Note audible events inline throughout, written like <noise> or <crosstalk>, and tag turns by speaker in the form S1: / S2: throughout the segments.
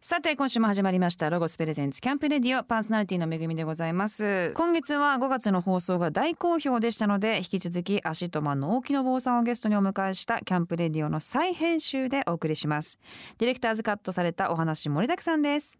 S1: さて今週も始まりましたロゴスプレゼンツキャンプレディオパーソナリティのめぐみでございます今月は5月の放送が大好評でしたので引き続きアシットマンの大木信夫さんをゲストにお迎えしたキャンプレディオの再編集でお送りしますディレクターズカットされたお話盛りだくさんです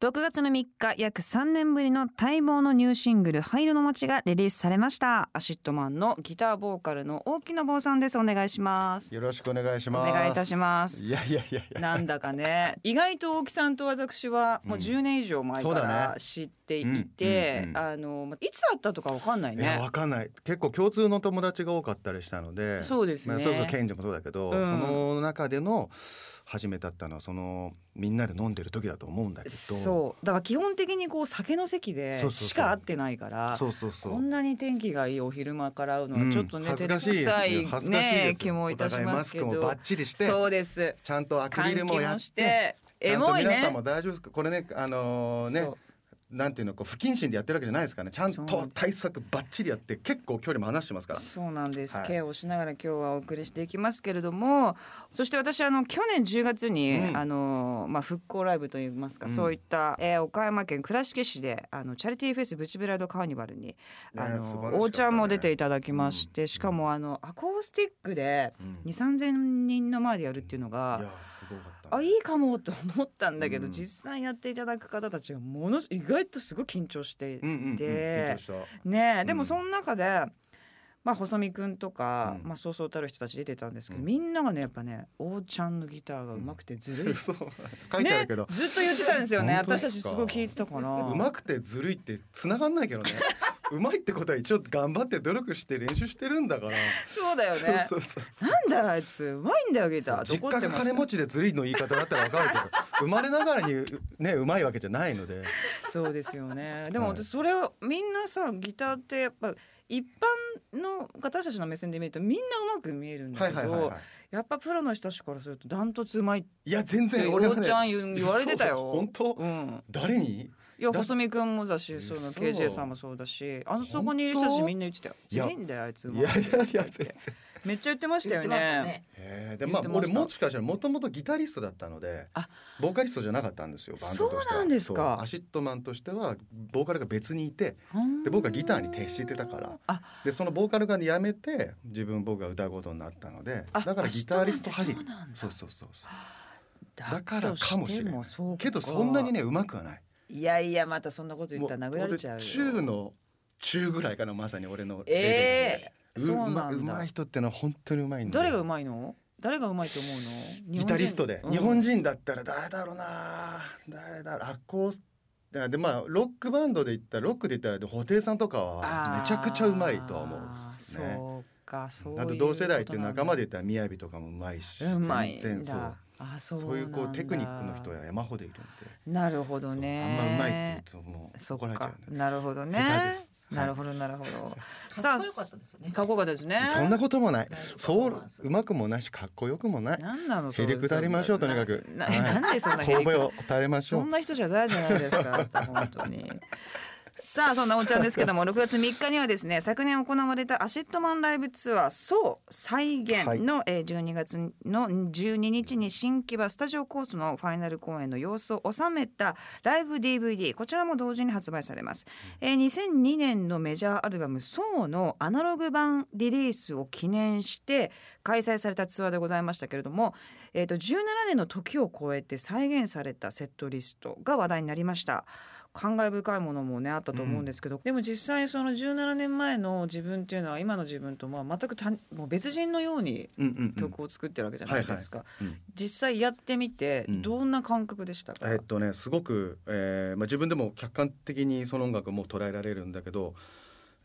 S1: 6月の3日約3年ぶりの待望のニューシングル「灰色の街」がリリースされましたアシットマンのギターボーカルの大木信夫さんですお願いします
S2: よろしくお願いし
S1: お
S2: ます。
S1: 願いいたします
S2: いやいやいやいや。
S1: なんだかね意外と大木さんと私はもう10年以上前か
S2: そうだ
S1: ら
S2: ね
S1: 知っていて、
S2: うんうんうん
S1: あのまいつあったとかわかんない
S2: いや
S1: ね
S2: わ。かんない結構共通の友達が多かったりしたので
S1: そうですね
S2: まあ、それこそケンジもそうだけど、
S1: うん
S2: その中での初めて会ったのはそのみんなで飲んでる時だと思うんだけど
S1: そうだから基本的にこう酒の席
S2: そうそ
S1: で
S2: うそう
S1: しか会ってないから
S2: そうそうそう
S1: こんなに天気がいいお昼間から会うの
S2: う
S1: は
S2: ん
S1: ちょっとね、
S2: 恥ず
S1: 照れ
S2: か
S1: く
S2: しいですよ
S1: さい
S2: 恥ずかしいで
S1: ね
S2: す
S1: 気もいたしますけ
S2: お互いマスク
S1: ど
S2: もバッチリして
S1: そうです
S2: ちゃんとアクリル
S1: 換
S2: も
S1: 気
S2: やっ
S1: も
S2: て
S1: して
S2: ち
S1: エ
S2: ゃんと
S1: モい
S2: 皆さん
S1: ね
S2: も大丈夫ですかこれねあのね
S1: そう
S2: なんていうのこう不謹慎でやってるわけじゃないですからねちゃん
S1: そうなん
S2: と
S1: で
S2: 対策ばっちりやって結構距離も離してますから
S1: そうなんです、
S2: はい
S1: ケアをしながら今日はお送りしていきますけれどもそして私あの去年10月に、
S2: うん
S1: あのまあ、復興ライブといいますか、
S2: うん
S1: そういった、えー岡山県倉敷市であのチャリティーフェスブチブライドカーニバルに、あ
S2: 素晴らし
S1: の
S2: かったね
S1: お茶も出ていただきまして、しかもあのアコースティックで
S2: うん
S1: 2 3 0 0 0人の前でやるっていうの
S2: いや
S1: が。
S2: すごかった
S1: あいいかもと思ったんだけど、
S2: うん
S1: 実際やっていただく方たちがものす意外とすごい緊張していて、
S2: うんうんうん、緊張した
S1: ねえで
S2: う
S1: も
S2: ん
S1: その中で、まあ、細見くんとか、
S2: うん
S1: まあ、そうそうたる人たち出てたんですけど、
S2: うん
S1: みんながねやっぱね王ちゃんのギターが上手くてずるいっす、
S2: 嘘 <laughs> 書いてあるけど、
S1: ね、ずっと言ってたんですよね
S2: 本当
S1: 私
S2: ですか
S1: たちすごい聞いてたから
S2: <laughs> うまくてずるいって繋がんないけどねうまいってことは一応頑張って努力して練習してるんだから、
S1: そうだよね
S2: そうそうそ
S1: なんだよあいつうまいんだよギター
S2: う実
S1: 怒
S2: 家
S1: って
S2: が
S1: ま
S2: 金
S1: した
S2: 持ちでずるいの言い方だったらわかるけど生まれながらにうねうまいわけじゃないので
S1: そうですよねでも
S2: はい
S1: 私それをみんなさギターってやっぱ一般の私たちの目線で見るとみんなうまく見えるんだけど、やっぱプロの人たちからするとダントツうまい、
S2: いや全然は
S1: ようちゃん言う言われてたよ
S2: そう本当、
S1: うん、
S2: 誰に
S1: いや
S2: だ
S1: 細見君もだしその
S2: 嘘
S1: KJ さんもそうだしあのそこにいる人たちみんな言ってたよ「
S2: い
S1: ず
S2: や
S1: るいんだよあいつ
S2: いやいやいや全然
S1: めっちゃ言ってましたよね。
S2: へえで
S1: 言
S2: まあ
S1: ってま
S2: 俺
S1: した
S2: もしかしたらもともとギタリストだったので
S1: あ
S2: ボーカリストじゃなかったんですよバンドとしては
S1: そうなんですか
S2: そうアシットマンとしてはボーカルが別にいて
S1: で
S2: で僕はギターに徹してたから
S1: あ
S2: でそのボーカルが辞めて自分僕が歌うことになったので
S1: あ
S2: だからギタリスト
S1: あそう
S2: 恥
S1: なんだ
S2: そうそうそうそう
S1: だ
S2: だからかもしれない
S1: とてもそうか
S2: けどそんなにねうまくはない
S1: いやいやまたそんなこと言ったら
S2: も
S1: 殴られちゃうよ
S2: 俺中の中ぐらいかなまさに俺の
S1: ええ
S2: レベル
S1: そ
S2: で
S1: う
S2: う
S1: な
S2: まうん
S1: だ
S2: まい人ってのは本当にうまいんだよ
S1: 誰がうまいの誰がうまいと思うの
S2: ギタリストで、
S1: うん
S2: 日本人だったら誰だろうな誰だろうアコースでまあロックバンドで言ったらロックで言ったら布袋さんとかはめちゃくちゃうまいとは思う
S1: あ
S2: っ
S1: ー
S2: すね。
S1: そうかそういう
S2: あと同世代っていう仲間
S1: で
S2: で言ったら雅とかもうまいし
S1: うまい
S2: 全
S1: ん
S2: 然そう
S1: だあそう
S2: そういうこ
S1: な
S2: うん
S1: だ
S2: テクニックの人や山ほどいるんで
S1: なるほどね
S2: そうあんまうまいって言うともう
S1: そっ
S2: 怒られちゃ
S1: か
S2: う、んだよね
S1: なるほどね
S2: 下手です。はい
S1: なるほど、なるほど。
S3: <laughs>
S1: さあ、
S3: かっこよかったですよね
S1: かっこよかったですね。
S2: そんなこともない
S3: ライブパフ
S2: そ
S3: ォーマ
S2: う
S3: ンス
S2: うまくもないしかっこよくもない
S1: なんなの。
S2: へりくだりましょうとにか
S1: く。
S2: く
S1: な
S2: はい
S1: なんでそんなへりく
S2: 神戸を垂れましょ
S1: そ
S2: うん
S1: な人じゃないじゃないですか。あんた本当に。 <laughs> さあそんなおんちゃんですけども6月3日にはですね昨年行われたアシットマンライブツアー「そう再現
S2: はい
S1: の」えー12月の12日に新木場スタジオコースのファイナル公演の様子を収めたライブ DVD こちらも同時に発売されます、えー2002年のメジャーアルバム「そうのアナログ版リリースを記念して開催されたツアーでございましたけれども、えー、と17年の時を超えて再現されたセットリストが話題になりました感慨深いものもねあったと思うんですけど、でも実際その17年前の自分っていうのは今の自分とまあ全くたもう別人のように
S2: うんうんうん
S1: 曲を作ってるわけじゃないですか、
S2: うん
S1: 実際やってみて
S2: うん
S1: どんな感覚でしたか、
S2: えっとねすごく、えーまあ、自分でも客観的にその音楽も捉えられるんだけど、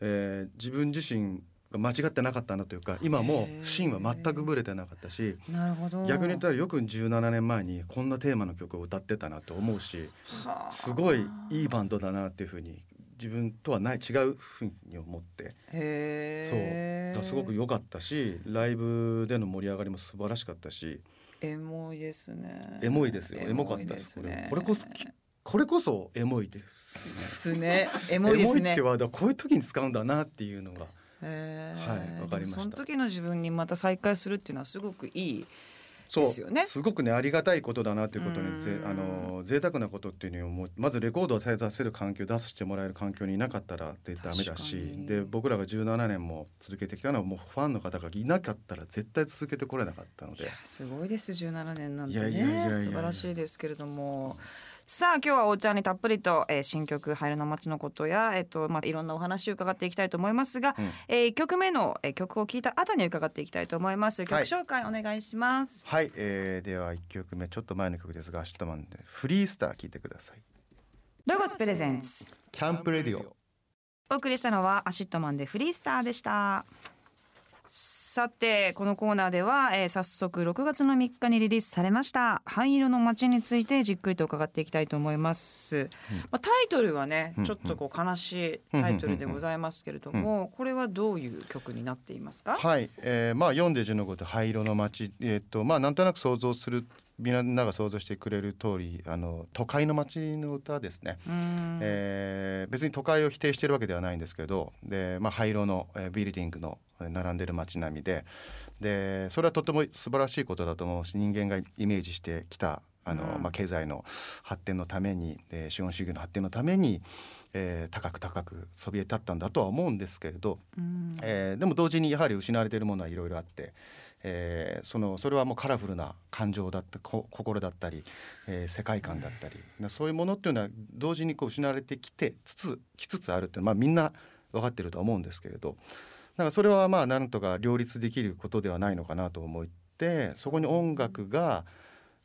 S2: えー自分自身が間違ってなかったなというか今も
S1: へー
S2: 芯は全くぶれてなかったし
S1: なるほど
S2: 逆に言ったらよく17年前にこんなテーマの曲を歌ってたなと思うし
S1: はあ
S2: すごいいいバンドだなっていうふうに自分とはない違うふうに思って
S1: へえ
S2: だからすごく良かったしライブでの盛り上がりも素晴らしかったし
S1: エモいですね
S2: エモいですよエモかったです
S1: エモいね
S2: これ <laughs> これこそきこれこそエモいです。
S1: ですねエ
S2: エ
S1: モいです
S2: エモいっ
S1: ね
S2: てワードはこういう時に使うんだなっていうのが
S1: えー
S2: はいわかりました
S1: でもその時の自分にまた再会するっていうのはすごくいい
S2: そう
S1: ですよね
S2: すごくねありがたいことだなということにぜ
S1: うん
S2: あの贅沢なことっていうのをもうまずレコードを再出せる環境出してもらえる環境にいなかったらでダメだ
S1: 確か
S2: し
S1: に
S2: で僕らが17年も続けてきたのはもうファンの方がいなかったら絶対続けてこれなかったの
S1: いや
S2: で。
S1: すごいです17年なんて
S2: いやいやいやい
S1: ね
S2: や
S1: 素晴らしいですけれどもさあ今日はおうちゃんにたっぷりと、えー新曲「ハエルの街のことや」えっとまあ、いろんなお話を伺っていきたいと思いますが、
S2: うん
S1: え1曲目の、えー曲を聴いた後に伺っていきたいと思います曲
S2: はい
S1: 紹介お願いします、
S2: はい、えーでは1曲目ちょっと前の曲ですが「アシュトマン」で「フリースター」聴いてください。
S1: ロゴスプレゼンツ
S2: キャンプレディオ
S1: お送りしたのはアシットマンでフリースターでしたさてこのコーナーでは、えー早速6月の3日にリリースされました灰色の街についてじっくりと伺っていきたいと思います、まあ、タイトルはね、
S2: うんうん
S1: ちょっとこう悲しいタイトルでございますけれども、これはどういう曲になっていますか、
S2: はい、えーまあ読んで字のごと灰色の街えっ、とまあなんとなく想像するみんなが想像してくれる通りあの都会の街の歌ですね、
S1: うーん
S2: えー別に都会を否定してるわけではないんですけどで、まあ、灰色の、えービルディングのえー並んでる街並みででそれはとても素晴らしいことだと思うし人間がイメージしてきたあの、
S1: うん
S2: まあ、経済の発展のために、えー資本主義の発展のために、えー高く高くそびえ立ったんだとは思うんですけれど
S1: うん
S2: えーでも同時にやはり失われているものはいろいろあって、えーそのそれはもうカラフルな感情だったこ心だったり、えー世界観だったりなそういうものっていうのは同時にこう失われてきてつつきつつあるっていうのは、まあ、みんな分かってるとは思うんですけれどなんかそれはまあなんとか両立できることではないのかなと思ってそこに音楽が、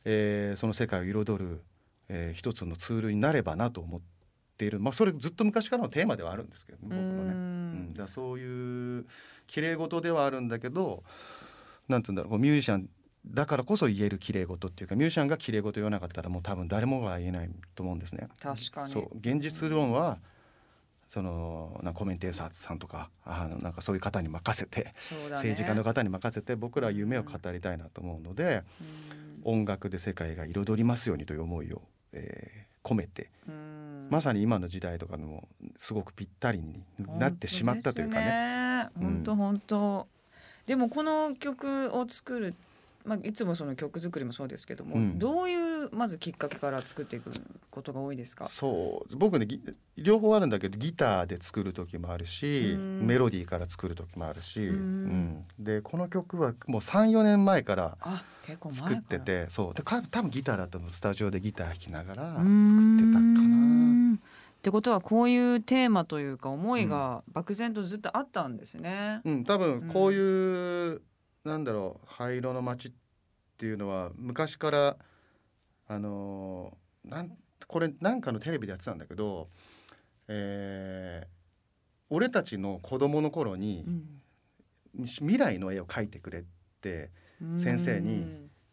S2: えーその世界を彩る、えー一つのツールになればなと思っている、まあ、それずっと昔からのテーマではあるんですけどね僕のね。うん、だからそういう綺麗事ではあるんだけどなんて言うんだろうこうミュージシャンだからこそ言える綺麗事っていうかミュージシャンが綺麗事言わなかったらもう多分誰もが言えないと思うんですね。
S1: 確かに
S2: そう現実論はそのなんかコメンテーターさんとかあのなんかそういう方に任せて、
S1: そうだね
S2: 政治家の方に任せて僕らは夢を語りたいなと思うので、
S1: うん
S2: 音楽で世界が彩りますようにという思いを、えー込めて、
S1: うん
S2: まさに今の時代とかにもすごくぴったりになってしまったというかね。うん
S1: 本当本当。でもこの曲を作る。まあ、いつもその曲作りもそうですけども、
S2: うん
S1: どういうまずきっかけから作っていくことが多いですか。
S2: そう僕ねギ両方あるんだけどギターで作る時もあるし
S1: うん
S2: メロディーから作る時もあるし、
S1: う
S2: うんんでこの曲はもう34年前から
S1: あ、結構前か
S2: 作
S1: ら
S2: っててそうでか多分ギターだったのスタジオでギター弾きながら
S1: う
S2: 作
S1: ん
S2: ってたかな。
S1: ってことはこういうテーマというか思いが漠然とずっとあったんですね。
S2: うん、多分こういう、なんだろう灰色の街っていうのは昔からあのーなんこれなんかのテレビでやってたんだけど、えー俺たちの子供の頃に、未来の絵を描いてくれって
S1: うん
S2: 先生に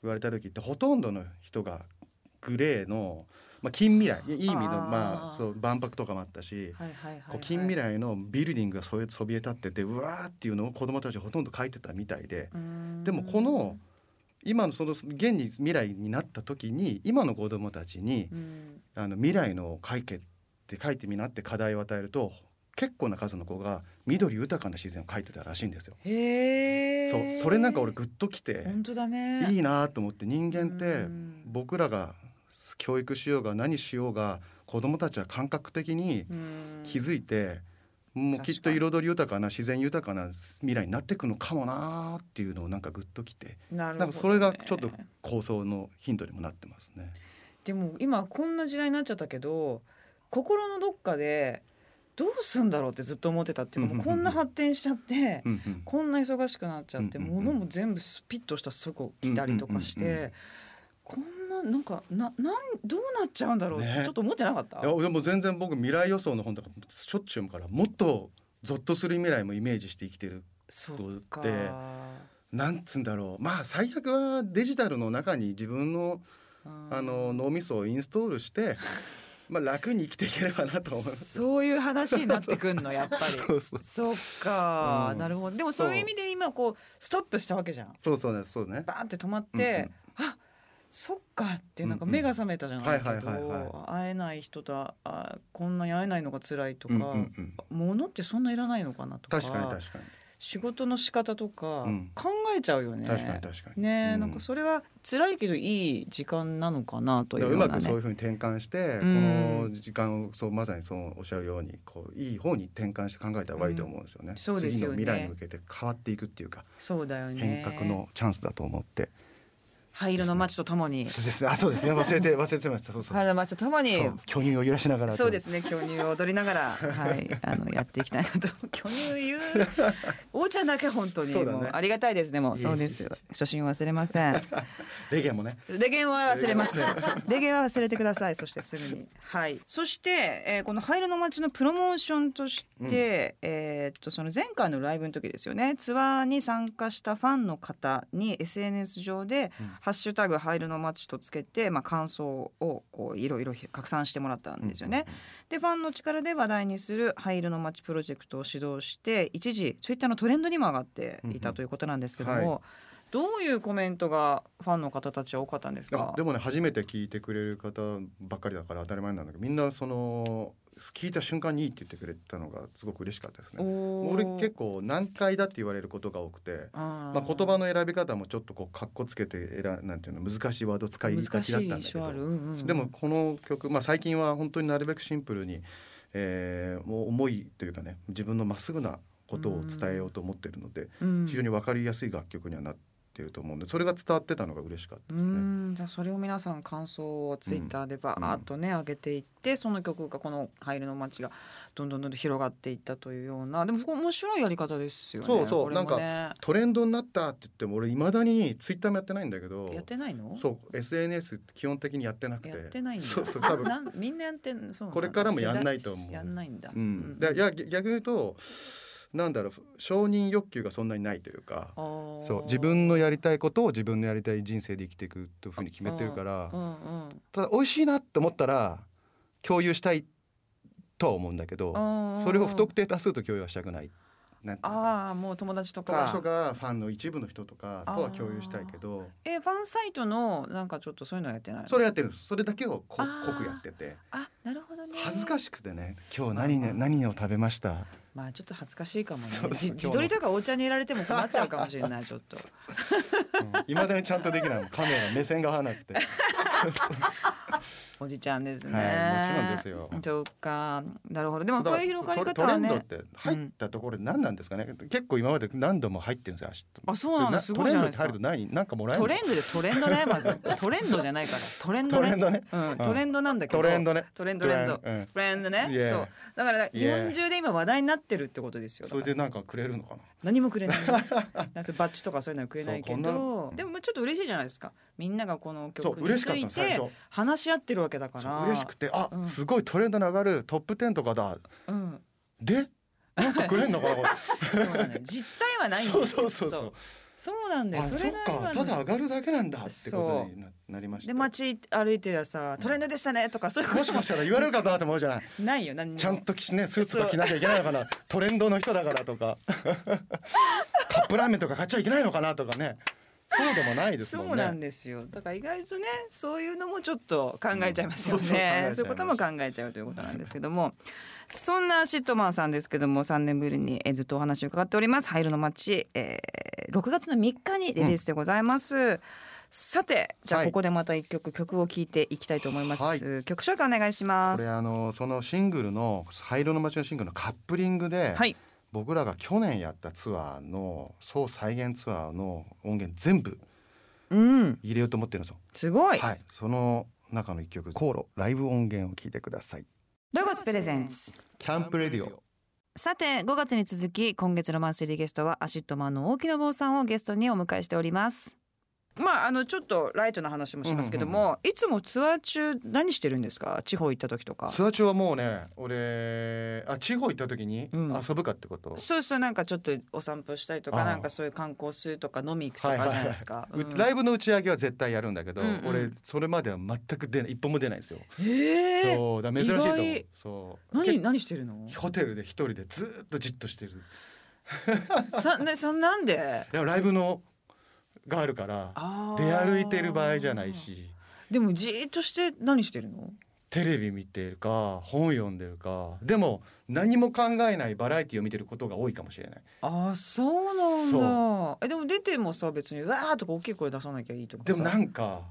S2: 言われた時ってほとんどの人がグレーの、まあ、近未来いい意味の
S1: あー
S2: まあ、そう万博とかもあったし、
S1: はいはいはいはい、
S2: こう近未来のビルディングがそえそびえ立っててうわーっていうのを子どもたちはほとんど描いてたみたいで
S1: うん
S2: でもこの今のその現に未来になった時に今の子どもたちに
S1: うん
S2: あの未来の描けって書いてみなって課題を与えると結構な数の子が緑豊かな自然を描いてたらしいんですよ。
S1: へえ。
S2: そうそれなんか俺グッときて
S1: 本当だね。
S2: いいなと思って人間っ
S1: う
S2: て
S1: ん
S2: 僕らが教育しようが何しようが子どもたちは感覚的に
S1: うん
S2: 気づいてもうきっと彩り豊かな自然豊かな未来になっていくのかもなーっていうのをなんかグッときて
S1: なるほどね
S2: なんかそれがちょっと構想のヒントにもなってますね。
S1: でも今こんな時代になっちゃったけど心のどっかでどうすんだろうってずっと思ってたっていうか
S2: うん
S1: も
S2: う
S1: うんこんな発展しちゃって
S2: うんうん
S1: こんな忙しくなっちゃって
S2: うんうんうん
S1: 物も全部スピッとしたそこ来たりとかし
S2: うんうんうんう
S1: てこんななんかななんどうなっちゃうんだろうって
S2: ね
S1: ちょっと思ってなかった
S2: いやでも全然僕未来予想の本とかしょっちゅう読むからもっとゾッとする未来もイメージして生きてる
S1: そうか
S2: どうってなんつうんだろうまあ最悪はデジタルの中に自分の
S1: うん
S2: あの脳みそをインストール
S1: <laughs>
S2: して、まあ楽に生きていければなと思います。
S1: そういう話になってくんのやっぱり
S2: そうそう
S1: そっか、
S2: うん
S1: なるほどでもそういう意味で今こうストップしたわけじゃん
S2: そうそうね、そうね。
S1: バーンって止まって、あそっかってなんか目が覚めたじゃないけど、
S2: うんうんはいはいはいはい
S1: 会えない人とああこんなに会えないのが辛いとか、
S2: うんうんうん
S1: 物ってそんないらないのかなとか
S2: 確かに確かに。
S1: 仕事の仕方とか
S2: うん
S1: 考えちゃうよね。
S2: 確かに確かに
S1: ねえ、
S2: うん
S1: なんかそれは辛いけどいい時間なのかなと
S2: だ
S1: い
S2: から
S1: う
S2: う
S1: よう
S2: ま
S1: な
S2: くそういう
S1: ね。
S2: ふうに転換して、
S1: うん
S2: この時間をそうまさにそうおっしゃるようにこういい方に転換して考えた方がいいと思うんですよね,、
S1: んそうですよね
S2: 次の未来に向けて変わっていくっていうか
S1: そうだよね。
S2: 変革のチャンスだと思って、
S1: 灰色の街とともに。
S2: そうですねあそうですね忘れて忘れてましたそうそう
S1: 灰色の街とともに。
S2: そう巨乳を揺らしながら
S1: そうですすね。巨乳を踊りながら、はい、あのやっていきたいなと。 <laughs> 巨乳言う。おちゃんだけ本当に、
S2: そうだね
S1: もうありがたいですね。もう
S2: いえいえ
S1: そうですよ。初心忘れません。
S2: レゲエもね
S1: レゲンは忘れ <laughs> ます。レゲンは忘れてください。そしてすぐに。はい。そして、えーこのハイルの街のプロモーションとして、
S2: うん
S1: えーっとその前回のライブの時ですよね。ツアーに参加したファンの方に SNS 上で、
S2: うん
S1: ハッシュタグハイルの街とつけて、まあ感想をこういろいろ拡散してもらったんですよね。でファンの力で話題にするハイルの街プロジェクトを指導して一時ツイッターのトレンドにも上がっていたということなんですけども、
S2: うんうんは
S1: どういうコメントがファンの方たちは多かったんです
S2: あ
S1: か
S2: でもね初めて聞いてくれる方ばっかりだから当たり前なんだけどみんなその聞いた瞬間にいいって言ってくれたのがすごく嬉しかったですね。
S1: お
S2: 俺結構難解だって言われることが多くて、
S1: ま
S2: まあ、言葉の選び方もちょっとこうかっこつけて選なんていうの難しいワード使いがちだ
S1: 難
S2: っ
S1: した
S2: ん
S1: い
S2: だ
S1: 印
S2: け
S1: 象ある、
S2: ど、
S1: うんうん
S2: でもこの曲、まあ、最近は本当になるべくシンプルに、えーもう思いというかね自分のまっすぐなことを伝えようと思ってるので、
S1: うん
S2: 非常に分かりやすい楽曲にはなってると思うんでそれが伝わってたのが嬉しかった
S1: う
S2: ですね。
S1: んじゃあそれを皆さん感想をツイッターでバーっとね、上げていってその曲がこの「ハイルの街」がどんどんどんどん広がっていったというようなでもそこ面白いやり方ですよね。
S2: そうそう
S1: これもね
S2: トレンドになったって言っても俺いまだにツイッターもやってないんだけど
S1: やってないの
S2: そう SNS 基本的にやってなくて
S1: やってないんだ
S2: そうそう多分、
S1: <laughs> なんみんなやってんそうなんだ
S2: これからもやんないと思う
S1: やんないんだ、
S2: うん、でいや逆に言うとなんだろう承認欲求がそんなにないというか
S1: あー
S2: そう自分のやりたいことを自分のやりたい人生で生きていくというふうに決めてるから
S1: うんうん
S2: ただ美味しいなって思ったら共有したいとは思うんだけどそ
S1: そ
S2: れを不特定多数と共有はしたくない。なんていうのかな
S1: ああもう友達と
S2: 友達
S1: か
S2: とかファンの一部の人とかとは共有したいけど
S1: えファンサイトのなんかちょっとそういうのやってないの
S2: それやってるんですそれだけをこ
S1: あー
S2: 濃くやってて
S1: あなるほどね
S2: 恥ずかしくてね今日
S1: まあ
S2: 何,、
S1: ま
S2: ね
S1: あ
S2: 何を食べました
S1: まあちょっと恥ずかしいかもね
S2: そうそう
S1: じ
S2: 今日
S1: 自
S2: の
S1: 撮りとかお茶に入れられても困っちゃうかもしれないちょっ
S2: <laughs>
S1: と
S2: いま、未だにちゃんとできないのカメラ目線が合わ
S1: <laughs>
S2: なくて
S1: おじちゃんですね、
S2: はいもちろんですよ
S1: そうかなるほどでもこ
S2: だ
S1: う
S2: から
S1: いう広がり
S2: ト
S1: 方
S2: レ
S1: は
S2: ンドっ
S1: ね
S2: て入ったところで何なんですかね、結構今まで何度も入ってるんですよ
S1: あそうなのすごいじゃないですか
S2: トレンドって入ると何なんかもらえる
S1: ト
S2: の
S1: レンドでトレン
S2: <laughs>
S1: ドねまずトレンドじゃないからトレンド
S2: トレ
S1: ね
S2: ンドね
S1: うん、トレンドなんだけど
S2: トレンドね
S1: トレンドトレンド
S2: トレンうん
S1: トレンドね、
S2: Yeah
S1: そうだから日
S2: Yeah
S1: 本中で今話題になってるってことですよだ
S2: そ
S1: から
S2: れでなんかくれるのかな
S1: 何もくれない <laughs> なんかバッジとかそういうのはくれないけ
S2: そう
S1: ど
S2: こんな
S1: でもまあちょっと嬉しいじゃないですかみんながこの
S2: そう
S1: 曲に
S2: 嬉
S1: つ
S2: しかった
S1: い
S2: の最
S1: て
S2: 初
S1: 話し合ってるわけだか
S2: そ
S1: ら
S2: う嬉しくてあ、
S1: うん
S2: すごいトレンドに上がるトップ10とかだ
S1: うん、
S2: でなんかくれんのかなこれ
S1: そうなのよ実態はないんです
S2: そ
S1: よ
S2: う <laughs> そうそうそう
S1: そうなんだ
S2: あ
S1: よそれが
S2: そっ
S1: 今
S2: か
S1: の
S2: ただ上がるだけなんだってことにななりました
S1: で街歩いてりゃさ「トレンドでしたね」とかそういうこ
S2: <laughs> もしかしたら言われるかなと思うじゃない
S1: とないよ何にも
S2: ちゃんと着ねスーツとか着なきゃいけないのかなトレンドの人だからと
S1: <laughs>
S2: かカップラーメンとか買っちゃいけないのかなとかねそうでもないですもんね
S1: そうなんですよだから意外とねそういうのもちょっと考えちゃいますよ
S2: うんそうそう考えちゃい
S1: ね、
S2: ます
S1: そういうことも考えちゃうということなんですけどもそんなシットマンさんですけども3年ぶりにえーずっとお話を伺っております「灰色の街、えー6月の3日にリリースでございます。さてじゃあ
S2: はい
S1: ここでまた一曲、曲を聴いていきたいと思います、
S2: はい
S1: 曲紹介お願いしま
S2: これ
S1: す
S2: あのそのシングルの「灰色の街」のシングルのカップリングで、
S1: はい
S2: 僕らが去年やったツアーの総再現ツアーの音源全部
S1: うん
S2: 入れようと思ってるんですよ。
S1: すごい、
S2: はい、その中の一曲「航路ライブ音源」を聞いてください。
S1: ロゴスプレゼンツ
S2: キャンプレディオ
S1: さて5月に続き今月のマンスリーゲストはアシットマンの大木信夫さんをゲストにお迎えしておりますまああのちょっとライトな話もしますけども、
S2: うんう
S1: いつもツアー中何してるんですか地方行った時とか
S2: ツアー中はもうね俺あ地方行った時に
S1: うん
S2: 遊ぶかってこと、
S1: そうそうなんかちょっとお散歩したりと
S2: あ
S1: か
S2: あ
S1: なんかそういう観光するとか飲み行くと
S2: はいは
S1: か
S2: い
S1: じゃないですか、
S2: う
S1: うん
S2: ライブの打ち上げは絶対やるんだけど、
S1: うんうん
S2: 俺それまでは全く出ない一本も出ないんですよ。
S1: ええ
S2: そうだから珍しいと
S1: 意
S2: 思う
S1: 外。
S2: そう
S1: 何
S2: 結
S1: 何してるの
S2: ホテルで一人でずーっとじっとしてる。
S1: さね <laughs> そんなんで
S2: でもライブのがあるから
S1: あー
S2: 出歩いてる場合じゃないし
S1: でもじーっとして何してるの
S2: テレビ見てるか本読んでるかでも何も考えないバラエティを見てることが多いかもしれない
S1: あそうなんだえでも出てもさ別にうわーとか大きい声出さなきゃいいとかさ
S2: でもなんか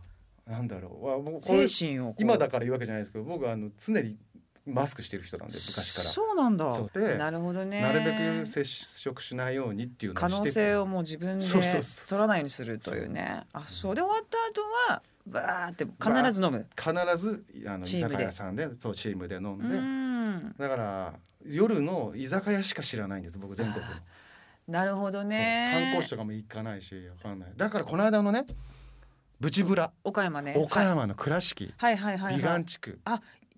S2: なんだろうわもうこれ
S1: 精神をこう
S2: 今だから言うわけじゃないですけど僕はあの常にマスクしてる人なんで昔から
S1: そうなんだ
S2: そうで
S1: なるほどね
S2: なるべく接触しないようにっていうのを
S1: 可
S2: して
S1: 能性をもう自分で
S2: そうそうそうそう
S1: 取らないようにするというねあそうで終わった後はバーって必ず飲む
S2: 必ずあの居
S1: チームで
S2: 酒屋さんでそうチームで飲ん
S1: う
S2: で、
S1: ん
S2: だから夜の居酒屋しか知らないんです僕全国の、
S1: なるほどね
S2: そう観光地とかも行かないしわかんないだからこの間のねブチブラ
S1: 岡山ね
S2: 岡山の倉敷、
S1: はいはいはいはい
S2: 美観地区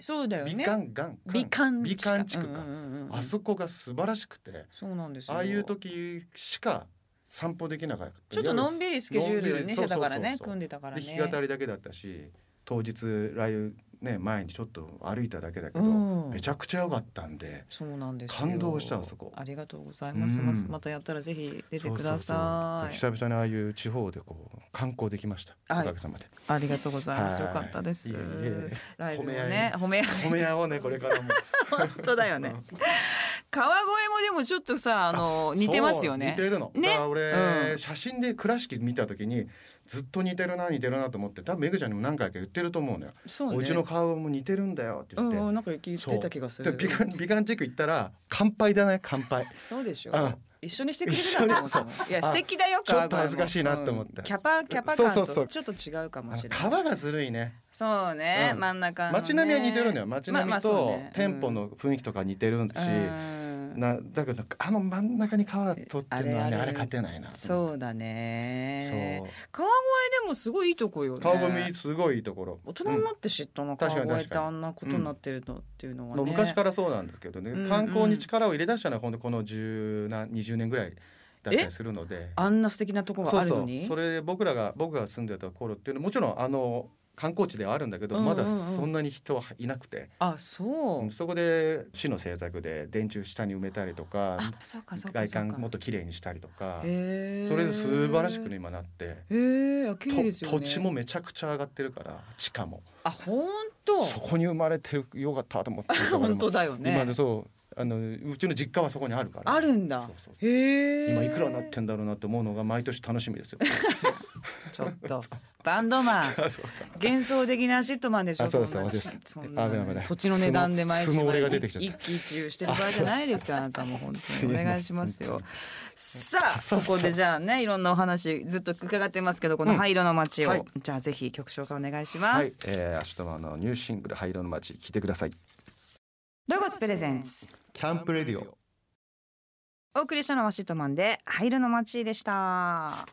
S1: そうだよね
S2: 美観がん
S1: 美観
S2: 美観地区か、
S1: うんうんうんうん
S2: あそこが素晴らしくて
S1: そうなんですよ
S2: ああいう時しか散歩できなかった
S1: ちょっとのんびりスケジュールをねし
S2: のんび
S1: て
S2: り
S1: たからね
S2: そうそうそうそう
S1: 組んでたから
S2: で
S1: ね
S2: 弾き語りだけだったし当日ライブね前にちょっと歩いただけだけど、
S1: うん
S2: めちゃくちゃ良かったんで
S1: そうなんですよ
S2: 感動したあそこ
S1: ありがとうございます、
S2: うん
S1: ままたやったらぜひ出てください
S2: そうそうそう久々にああいう地方でこう観光できました、
S1: はい
S2: おかげさまで
S1: ありがとうございます、
S2: はい
S1: よかったです
S2: いえいえ
S1: ライブもね褒め合い
S2: 褒め合おうねこれからも
S1: 本当だよね川越もでもちょっとさあの <laughs> 似てますよね
S2: そう似てるの、
S1: ね
S2: だから俺、
S1: うん
S2: 写真で倉敷見た時にずっと似てるな似てるなと思って多分めぐちゃんにも何回か言ってると思うのよ、
S1: そうね
S2: お家の顔も似てるんだよって
S1: う
S2: 言っ
S1: ん
S2: て、
S1: うんなんか聞いてた気がす
S2: で
S1: る
S2: 美観美観地区行ったら乾杯だね乾杯
S1: そうでしょ
S2: うん
S1: 一緒にしてくれるなと思ったもんいや
S2: あ
S1: 素敵だよ
S2: ちょっ
S1: 川
S2: と
S1: 越も
S2: 恥ずかしいなって思った
S1: キャパキャパ
S2: そう
S1: 感
S2: そうそ
S1: と
S2: う
S1: ちょっと違うかも
S2: あ
S1: し
S2: の
S1: れない
S2: 川がずるいね
S1: そうね、
S2: うん
S1: 真ん中の、ね、
S2: 街並みは似てるのよ街並み
S1: まあまあそう
S2: と
S1: ね
S2: 店舗の雰囲気とか似てるし、
S1: うんうん
S2: なだけどあの真ん中に川取ってるのはね
S1: あれあれ
S2: あれ勝てないな
S1: そうだね川越でもすごいいいとこよね
S2: 川込みすごいいいところ
S1: 大人になって知ったの、
S2: 確か
S1: 川
S2: に
S1: 越っ
S2: 確
S1: て
S2: かに
S1: あんなことになってるのっていうの
S2: う
S1: は
S2: ん
S1: ね、
S2: もう昔からそうなんですけどね、
S1: うんうん
S2: 観光に力を入れ出したのはほんとこの10な20年ぐらいだったりするので
S1: あんな素敵なとこが
S2: そ
S1: あ
S2: う
S1: る
S2: そ
S1: の
S2: う
S1: に
S2: それで僕らが僕が住んでた頃っていうのはもちろんあの観光地ではあるんだけど、
S1: うんうんうん
S2: まだそんなに人はいなくて、
S1: あそう、
S2: そこで市の政策で電柱下に埋めたりとか
S1: あそうかそうか
S2: 外
S1: そう
S2: 観
S1: か
S2: もっと綺麗にしたりとか、
S1: へー
S2: それで素晴らしくね今なって、
S1: へえ綺麗ですよね
S2: と土地もめちゃくちゃ上がってるから地価も
S1: あ本当
S2: そこに生まれてよかったと思って俺
S1: <laughs> 本
S2: も
S1: 当だよ
S2: 今
S1: ね
S2: でそうあのうちの実家はそこにあるから
S1: あるんだ
S2: そうそう
S1: へえ
S2: 今いくらになってんだろうなって思うのが毎年楽しみで
S1: <laughs>
S2: すよ。
S1: ちょっ
S2: <laughs>
S1: とバンドマン
S2: あそうか
S1: 幻想的なシットマンでしょ。
S2: あそうです
S1: んな
S2: そうです
S1: そんな
S2: 危ない危ない
S1: 土地の値段で毎日
S2: スノー
S1: 毎
S2: レ
S1: 日
S2: が出てきちゃった
S1: 一喜一憂してる場合じゃないですよ。
S2: <laughs>
S1: あなたも本当にお願いしますよ。さあ
S2: そう
S1: こ
S2: そう
S1: こでじゃあねいろんなお話ずっと伺ってますけどこの灰色の街を、
S2: はい
S1: じゃあぜひ曲紹介お願いします。
S2: はい、えー、明日はあのニューシングル灰色の街聞いてください。
S1: ロゴスプレゼンス
S2: キャンプレディオ。
S1: お送りしたのはシットマンで灰色の街でした。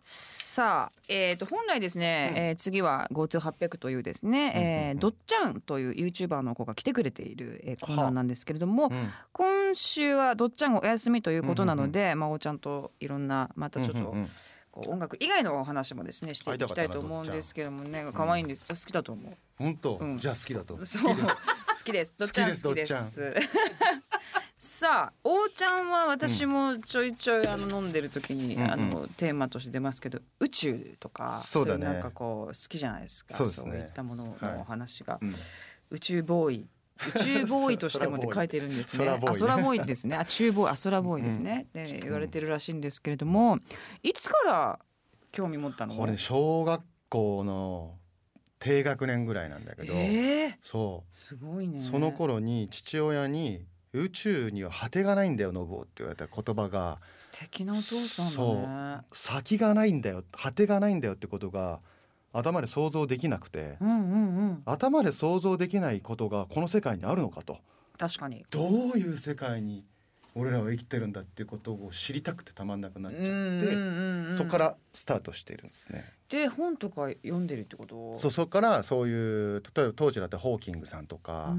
S1: さあ、えー、と本来ですね、えー次は GoTo800 というですね、えー、どっちゃんという YouTuber の子が来てくれている、えーコーナーなんですけれども、
S2: うん
S1: 今週はどっちゃんがお休みということなので、まあ、おちゃんといろんなまたちょっと、
S2: うんうんうん
S1: こう音楽以外のお話もですねしていきたいと思うんですけどもね可愛いんです好きだと思
S2: 本当、
S1: うん
S2: じゃあ好きだと。
S1: うそう好きですどっちゃん好きです
S2: 好きです
S1: さあおちゃんは私もちょいちょいあの飲んでる時に、
S2: んうん
S1: あのテーマとして出ますけど宇宙とか
S2: そうだね
S1: いなんかこう好きじゃないですかそ
S2: そううですね
S1: いったもの
S2: はい
S1: のお話が、
S2: うん
S1: 宇宙ボーイ宇宙ボーイとしてもって
S2: 空ボーイ
S1: 書いてるんですね。
S2: <laughs> 空ボーイ
S1: あ空ボーイですね。あ宙ボーイあ空ボーイですね。で言われてるらしいんですけれども、いつから興味持ったの？
S2: これね小学校の低学年ぐらいなんだけど、
S1: ええ
S2: そ
S1: すごいね。
S2: う、その頃に父親に宇宙には果てがないんだよノブオって言われた言葉が
S1: 素敵なお父さんだね。
S2: 先がないんだよ果てがないんだよってことが頭で想像できなくて、
S1: うんうんうん。
S2: 頭で想像できないことがこの世界にあるのかと
S1: 確かに。
S2: どういう世界に俺らは生きてるんだっていうことを知りたくてたまんなくなっちゃって、そこかららスタートしてるんですね。
S1: で本とか読んでるってこと
S2: そうそこからそういう例えば当時だったらホーキングさんとか、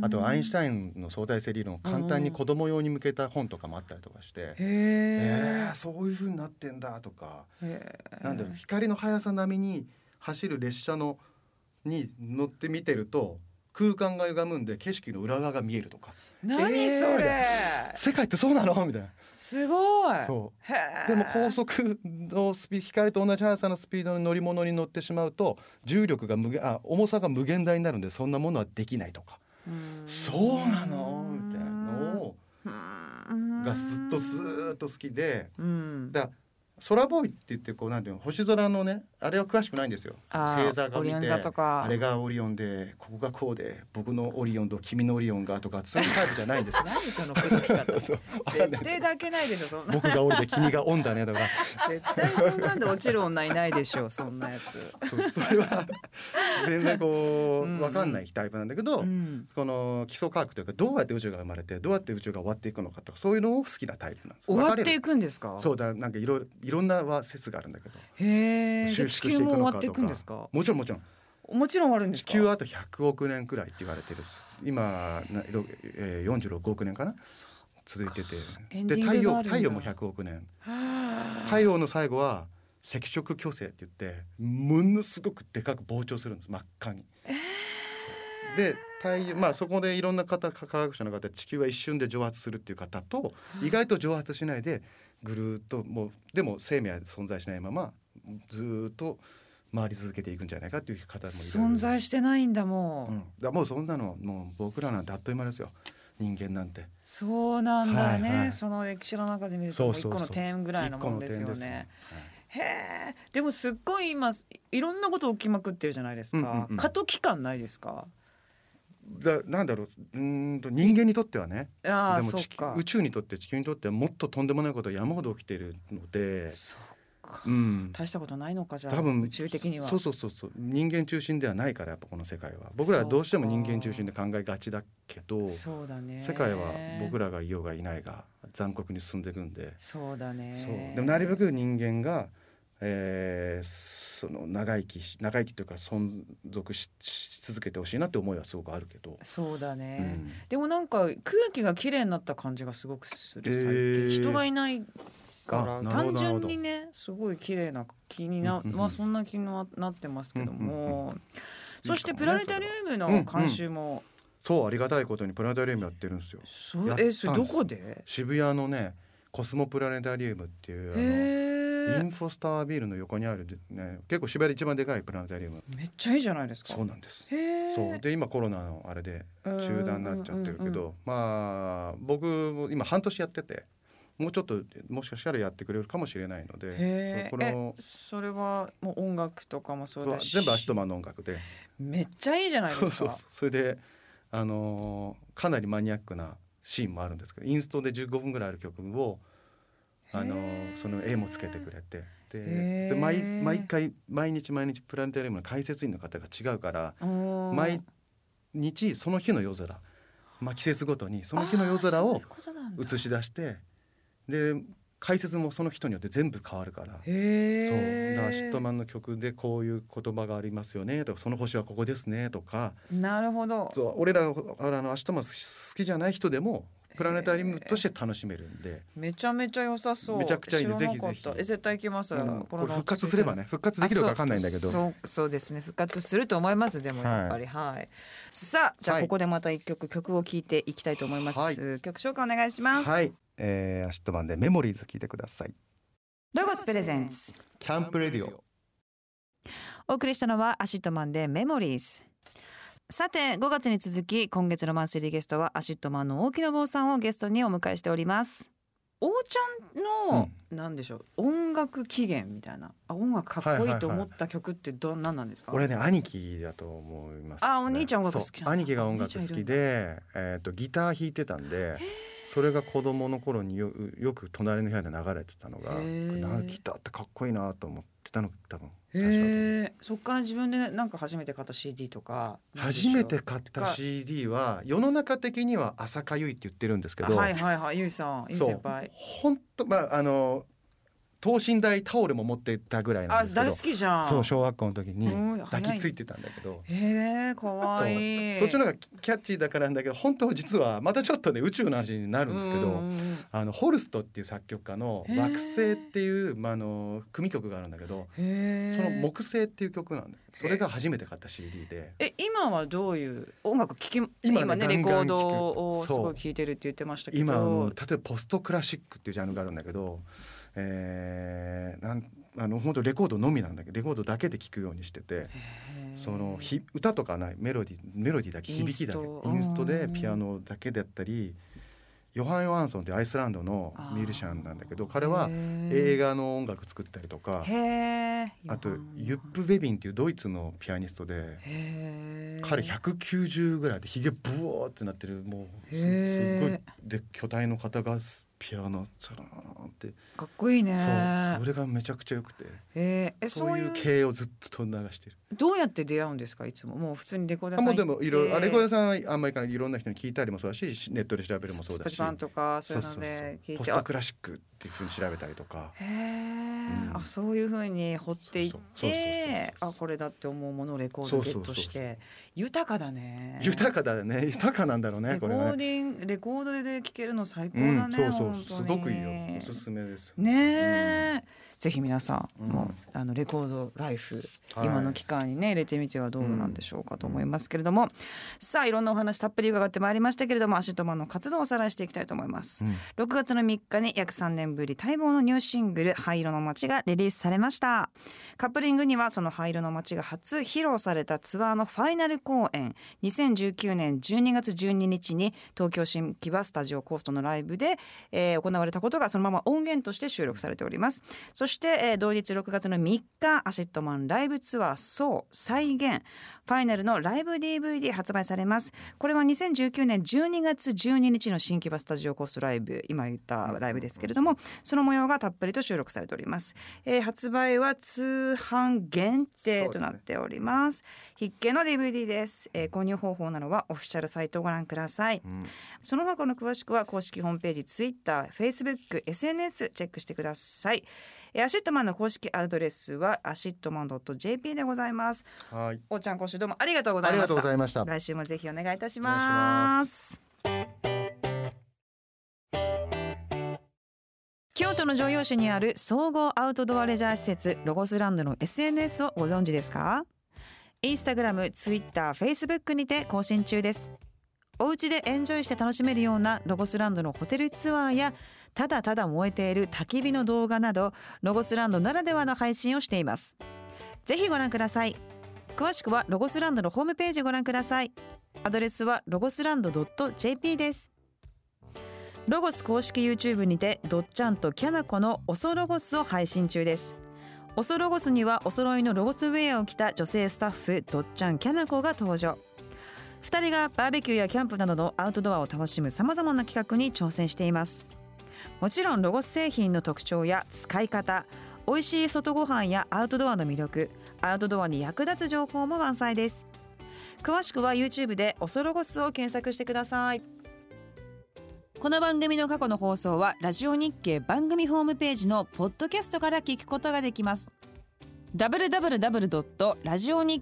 S2: あとアインシ
S1: イ
S2: ュタインの相対性理論を簡単に子供用に向けた本とかもあったりとかして、
S1: へ
S2: え
S1: え
S2: ー、そういう風になってんだとか、
S1: へえ
S2: なんだろう光の速さ並みに走る列車のに乗って見てると空間が歪むんで景色の裏側が見えるとか
S1: 何
S2: えー
S1: それ、
S2: 世界ってそうなのみたいな
S1: すごい
S2: そ
S1: へ
S2: う
S1: ー
S2: でも高速のスピ光と同じ速さのスピードの乗り物に乗ってしまうと重力が無限あ重さが無限大になるんでそんなものはできないとか
S1: うん
S2: そうなのみたいなのをがずっとずーっと好きで
S1: うん
S2: だ空ボーイって言ってこうなんていうの星空のねあれは詳しくないんですよ
S1: あー
S2: 星座が
S1: オ
S2: 見
S1: リオン
S2: て
S1: 座とか
S2: あれがオリオンでここがこうで僕のオリオンと君のオリオンがとかそういうタイプじゃないんですよ
S1: 何その口説き方
S2: <laughs> そうわかんない
S1: 絶対抱けないでしょそんな
S2: 僕がオリで君がオンだねとか
S1: 絶対そんなんで落ちる女いないでしょそんなやつ
S2: そうそれは全然こ
S1: うん
S2: うわかんないタイプなんだけど、
S1: うん
S2: この基礎科学というかどうやって宇宙が生まれてどうやって宇宙が終わっていくのかとかそういうのを好きなタイプなんです
S1: 終わって
S2: 分
S1: い
S2: か
S1: くんですか
S2: れるそうだなんかいろいろいろんな説があるんだけど
S1: へえ
S2: 収縮
S1: 地
S2: してい
S1: 球
S2: くの
S1: も
S2: か
S1: 終
S2: と
S1: わ
S2: か
S1: っていくんですか
S2: もちろんもちろん
S1: もちろん終わるんで
S2: 地
S1: すか
S2: 球はあと100億年くらいって言われてるんです今なろえー46億年かな
S1: そう
S2: 続いてて
S1: エンデ
S2: で
S1: ィン
S2: 太
S1: グがあるん
S2: 陽
S1: だ
S2: 太陽も100億年
S1: はあ
S2: 太陽の最後は赤色巨星って言ってものすごくでかく膨張するんです真っ赤に。そうで太陽まあそこでいろんな方科科学者の方地球は一瞬で蒸発するっていう方と意外と蒸発しないでぐるーっともうでも生命は存在しないままずーっと回り続けていくんじゃないかっていう方もいろいろ
S1: 存在してないんだも
S2: うんん、だからもうそんなのもう僕らなんてあっという間ですよ人間なんて。
S1: そうなんだね、
S2: はいはい
S1: その歴史の中で見ると
S2: そ
S1: もう
S2: う
S1: 一
S2: そ
S1: 個
S2: うそう
S1: の点ぐらいのもんですよ
S2: 一個の点
S1: ね。
S2: すはい
S1: へえでもすっごい今いろんなこと起きまくってるじゃないですか、
S2: うんうんうん
S1: 過渡期間ないですか
S2: だなんだろううーんと人間にとってはね
S1: ああ
S2: でも
S1: そっ
S2: 地球
S1: か
S2: 宇宙にとって地球にとってはもっととんでもないことが山ほど起きているので、
S1: そっか
S2: うん、
S1: 大したことないのかじゃあ
S2: 多分
S1: 宇宙的には
S2: そうそうそうそう人間中心ではないからやっぱこの世界は僕らはどうしても人間中心で考えがちだけど
S1: そうだね
S2: 世界は僕
S1: ら
S2: らがいようがいないが残酷に進んでいくんで、
S1: そうだね
S2: そうでもなるべく人間が、えーその長生きし長生きというか存続しし続けてほしいなって思いはすごくあるけど。
S1: そうだね、
S2: うん
S1: でもなんか空気が綺麗になった感じがすごくする
S2: えー
S1: 最近人がいないか
S2: あ
S1: ら
S2: なるほ
S1: 単
S2: ど
S1: 純にねすごい綺麗な気にな、
S2: うんうんうん
S1: まあそんな気にはなってますけども、
S2: うん
S1: そして
S2: いい
S1: プ
S2: かも
S1: ラ
S2: ね
S1: ネタリウムの監修も、
S2: そうありがたいことにプラネタリウムやってるんですよ
S1: そう
S2: やったん
S1: え
S2: です
S1: それどこで
S2: 渋谷のねコスモプラネタリウムってい
S1: へ
S2: うあのイ
S1: ー
S2: ンフォスタービールの横にあるで、ね、結構渋谷で一番でかいプラネタリウム
S1: めっちゃいいじゃないですか
S2: そうなんです
S1: へえ
S2: そうで今コロナのあれで中断になっちゃってる
S1: うんうんう
S2: けど、
S1: んうん
S2: まあ僕も今半年やっててもうちょっともしかしたらやってくれるかもしれないので
S1: へ
S2: そう
S1: え
S2: こ
S1: え
S2: の
S1: それはもう音楽とかもそう
S2: そう
S1: だし
S2: 全部足止まの音楽で
S1: めっちゃいいじゃない
S2: そ
S1: で
S2: う
S1: す
S2: そう
S1: か
S2: そうそれであのーかなりマニアックなシーンもあるんですけどインストで15分ぐらいある曲をあの
S1: へー
S2: その絵もつけてくれて
S1: へー
S2: でそれ毎毎回毎日毎日プラネタリウムの解説員の方が違うから
S1: うん
S2: 毎日その日の夜空、まあ、季節ごとにその日の夜空
S1: あーそうい
S2: を
S1: うことなんだ
S2: 映し出してで解説もその人によって全部変わるから。そう
S1: へ
S2: だからシ
S1: え
S2: ットマンの曲でこういう言葉がありますよねとかその星はここですねとか
S1: なるほど
S2: そう俺らあの明日も好きじゃない人でもプラネタリウムとして楽しめるんで、
S1: めちゃめちゃ良さそう
S2: めちゃくちゃいいね
S1: 知らなかった
S2: ぜひぜひ
S1: え絶対行きます、
S2: うん
S1: コ
S2: こ
S1: ロ
S2: れ
S1: ナ
S2: 復活すればね復活できるかわかんないんだけ
S1: あ
S2: ど
S1: そうそうそうですね復活すると思いますでも
S2: はい
S1: やっぱりはい、さあじゃあ
S2: はい
S1: ここでまた一曲曲を聴いていきたいと思います、
S2: はい
S1: 曲紹介お願いします、
S2: はい、えー、アシットマンでメモリーズ聞いてください
S1: ロゴスプレゼンツ
S2: キャンプレディオ
S1: お送りしたのはアシットマンでメモリーズさて5月に続き今月のマンスリーゲストはアシットマンの大木信夫さんをゲストにお迎えしております王ちゃんの、なんでしょう音楽起源みたいなあ音楽かっこいいと思った曲ってど、んなんなんですか
S2: 俺ね兄貴だと思います、ね、
S1: あお兄ちゃん音楽好きなんだ
S2: そう兄貴が音楽好
S1: お兄
S2: き
S1: ちゃ
S2: でえっ、とギター弾いてたんでそれが子供の頃によよく隣の部屋で流れてたのが
S1: へー
S2: なギターってかっこいいなと思ってたのが多分
S1: へ
S2: 最初だと思う
S1: えそっから自分でなんか初めて買った CD とかなんでし
S2: 初
S1: ょう
S2: めて買った CD は世の中的には浅香唯って言ってるんですけど、
S1: あはいはいはいゆいさんゆい
S2: そ
S1: 先
S2: う
S1: 輩
S2: 本当まああの等身大タオルも持ってたぐらいなん
S1: あ
S2: ですけど
S1: 大好きじゃん。
S2: そう小学校の時に
S1: うん
S2: 抱きついてたんだけど。
S1: えー、かわいい。
S2: そうそっちの方がキャッチーだからなんだけど本当は実はまたちょっとね宇宙の話になるんですけど、
S1: うんうんうん
S2: あのホルストっていう作曲家の「
S1: へー
S2: 惑星」っていう、まあ、あの組曲があるんだけど
S1: へー
S2: その「木星」っていう曲なんでそれが初めて買った CD で。
S1: え今はどういう音楽聴き今
S2: 今ね
S1: ねレコ
S2: ガ
S1: ー
S2: ンガン聞く
S1: ドをす
S2: そ
S1: ごいう聴いてるって言ってましたけど
S2: 今あの例えばポストクラシックっていうジャンルがあるんだけど、えーなんあの本当レコードのみなんだけどレコードだけで聴くようにしてて
S1: へー
S2: そのひ歌とかないメロディメロディだけ響きだけ
S1: イ
S2: イ
S1: ンスト
S2: ンストで
S1: うん
S2: ピアノだけだったりヨハン・ヨハンソンってアイスランドのミュージシャンなんだけど彼は映画の音楽作ったりとか
S1: へえ
S2: あとユップ・ベビンっていうドイツのピアニストで
S1: へー
S2: 彼190ぐらいでひげブワーってなってるもうすすっご
S1: へ
S2: いで巨大の方がすピアノサラーンって
S1: かっこいいね
S2: そうそれがめちゃくちゃ良くて
S1: へーえ
S2: そ
S1: そう
S2: う
S1: い
S2: いうう系をずっと流してる
S1: どうやって出会うんですかいつももう普通にレコーダー
S2: あ
S1: さん
S2: も
S1: 行っ
S2: う
S1: て
S2: でもいろいろあレコード屋さんあんまり行かないいろんな人に聞いたりもそうだしネットで調べるもそうだ
S1: ス
S2: し
S1: パンとかそういうの
S2: そうそう
S1: で聞
S2: そう
S1: いて
S2: ポスト
S1: あ
S2: クラシックっていうふうに調べたりとか
S1: へえ、
S2: うん
S1: あそういうふうに掘っていっ
S2: そうそうそうそうそう
S1: てあこれだって思うものをレコードゲットして
S2: そうそうそう
S1: 豊かだね
S2: 豊かだね豊かなんだろう
S1: レ
S2: ね
S1: コ
S2: これ
S1: ーデ
S2: はね
S1: ィングレコードで聴けるの最高
S2: う
S1: だね、
S2: んそうそう
S1: 本当
S2: す
S1: に
S2: ごくいいよおすすめです
S1: ねえ、ぜひ皆さん、
S2: うん
S1: もうあのレコードライフ、
S2: はい
S1: 今の期間にね入れてみてはどうなんでしょうかと思いますけれども、さあいろんなお話たっぷり伺ってまいりましたけれどもアシュトマンの活動をおさらいしていきたいと思います、
S2: うん
S1: 6月の3日に約3年ぶり待望のニューシングル「灰色の街」がリリースされましたカップリングにはその灰色の街が初披露されたツアーのファイナル公演2019年12月12日に東京新木場スタジオコーストのライブで、えー行われたことがそのまま音源として収録されておりますそして、えー同日6月の3日アシットマンライブツアー「そう再現」ファイナルのライブ DVD 発売されますこれは2019年12月12日の新木場スタジオコーストライブ今言ったライブですけれどもその模様がたっぷりと収録されております、えー発売は通販限定となっております必見の DVD です、えー購入方法などはオフィシャルサイトをご覧ください、
S2: ん
S1: その他の詳しくは公式ホームページ Twitter、Facebook、SNS チェックしてくださいえーアシットマンの公式アドレスはアシットマン .jp でございます
S2: はい
S1: おうちゃん今週どうもありがとうござ
S2: あ
S1: い
S2: り
S1: ま
S2: がとう
S1: し
S2: ご
S1: た
S2: ざいました
S1: 来週もぜひお願いいたし
S2: お願いし
S1: ま
S2: ます
S1: 京都の城陽市にある総合アウトドアレジャー施設ロゴスランドの SNS をご存知ですかインスタグラム、ツイッター、フェイスブックにて更新中ですお家でエンジョイして楽しめるようなロゴスランドのホテルツアーやただただ燃えている焚き火の動画などロゴスランドならではの配信をしていますぜひご覧ください詳しくはロゴスランドのホームページをご覧くださいアドレスはロゴスランド .jp ですロゴス公式 YouTube にてどっちゃんとキャナコのオソロゴスを配信中ですオソロゴスにはお揃いのロゴスウェアを着た女性スタッフどっちゃんキャナコが登場2人がバーベキューやキャンプなどのアウトドアを楽しむさまざまな企画に挑戦していますもちろんロゴス製品の特徴や使い方美味しい外ご飯やアウトドアの魅力アウトドアに役立つ情報も満載です詳しくは YouTube でオソロゴスを検索してくださいこの番組の過去の放送はラジオ日経番組ホームページのポッドキャストから聞くことができます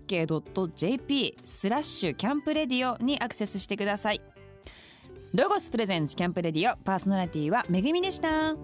S1: www.radionickei.jp スラッシュキャンプレディオにアクセスしてくださいロゴスプレゼンツキャンプレディオパーソナリティはめぐみでした